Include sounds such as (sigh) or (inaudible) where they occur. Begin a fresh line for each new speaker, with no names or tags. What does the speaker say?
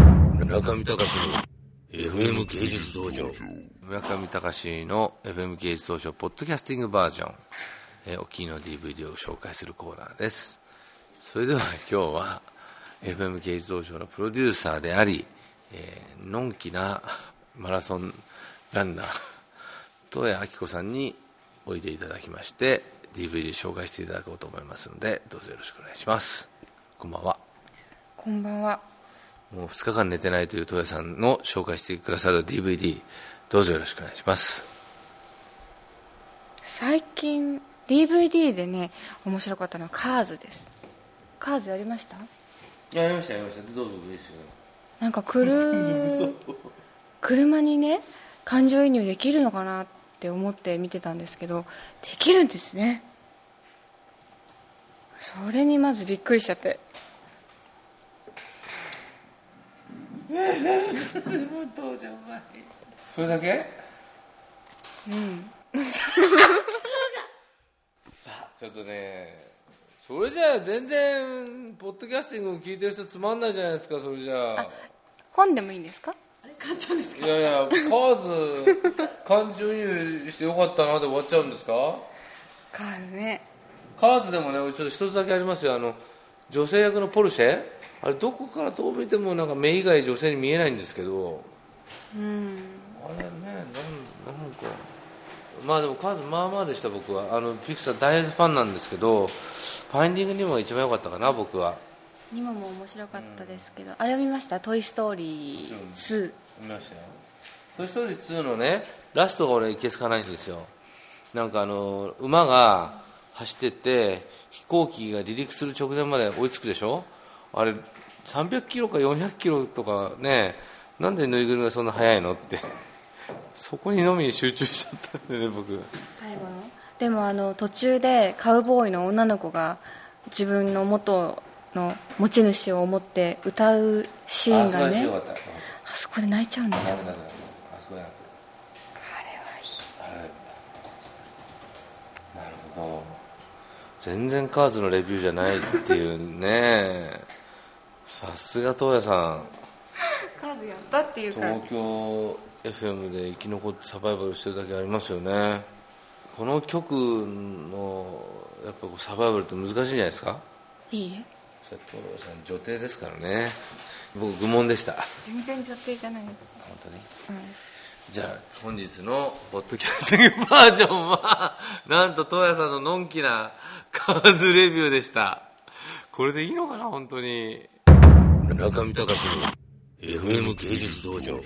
村上隆の FM 芸術道場
村上隆の FM 芸術道場ポッドキャスティングバージョン、えー、お気に入りの DVD を紹介するコーナーですそれでは今日は FM 芸術道場のプロデューサーであり、えー、のんきなマラソンランナー東谷明子さんにおいでいただきまして DVD 紹介していただこうと思いますのでどうぞよろしくお願いしますこんばんは
こんばんは。
もう2日間寝てないという戸谷さんの紹介してくださる DVD どうぞよろしくお願いします
最近 DVD でね面白かったのはカーズです。カーズやりました？
やりましたやりましたどうぞいいですよ
なんかくる車にね感情移入できるのかなって思って見てたんですけどできるんですね。それにまずびっくりしちゃって。
それだけうんさあちょっとねそれじゃあ全然ポッドキャスティングを聞いてる人つまんないじゃないですかそれじゃあ
本でもいいんですか？
いやいやカーズ感情移入してよかったなで終わっちゃうんですか
カーズね。
カーズでもねちょっと一つだけありますよあの女性役のポルシェあれどこからどう見てもなんか目以外女性に見えないんですけどあれねなんなんかまあでもカーズまあまあでした僕はあのピクサー大ファンなんですけど「ファインディング・ニモ」が一番良かったかな僕は
ニモも面白かったですけど、あれを見ました「トイ・ストーリー2」
見ましたよ「トイ・ストーリー2」のねラストが俺いけすかないんですよなんかあの馬が走ってって飛行機が離陸する直前まで追いつくでしょあれ300キロか400キロとかねなんでぬいぐるみがそんな速いのって (laughs) そこにのみに集中しちゃったんでね僕
最後のでもあの途中でカウボーイの女の子が自分の元の持ち主を思って歌うシーンがね
った
あそこで泣いちゃうんですよ
あそこじゃなくあれなるほど全然カーズのレビューじゃないっていうね (laughs) さすが東谷さん
カーズやったっていうから
東京 FM で生き残ってサバイバルしてるだけありますよねこの曲のやっぱこうサバイバルって難しいんじゃないですか
いいえ
それ東谷さん女帝ですからね僕愚問でした
全然女帝じゃない
本当に、じゃあ本日のポッドキャスティングバージョンはなんと東谷さんののんきなカーズレビューでしたこれでいいのかな本当に
村上隆の FM 芸術道場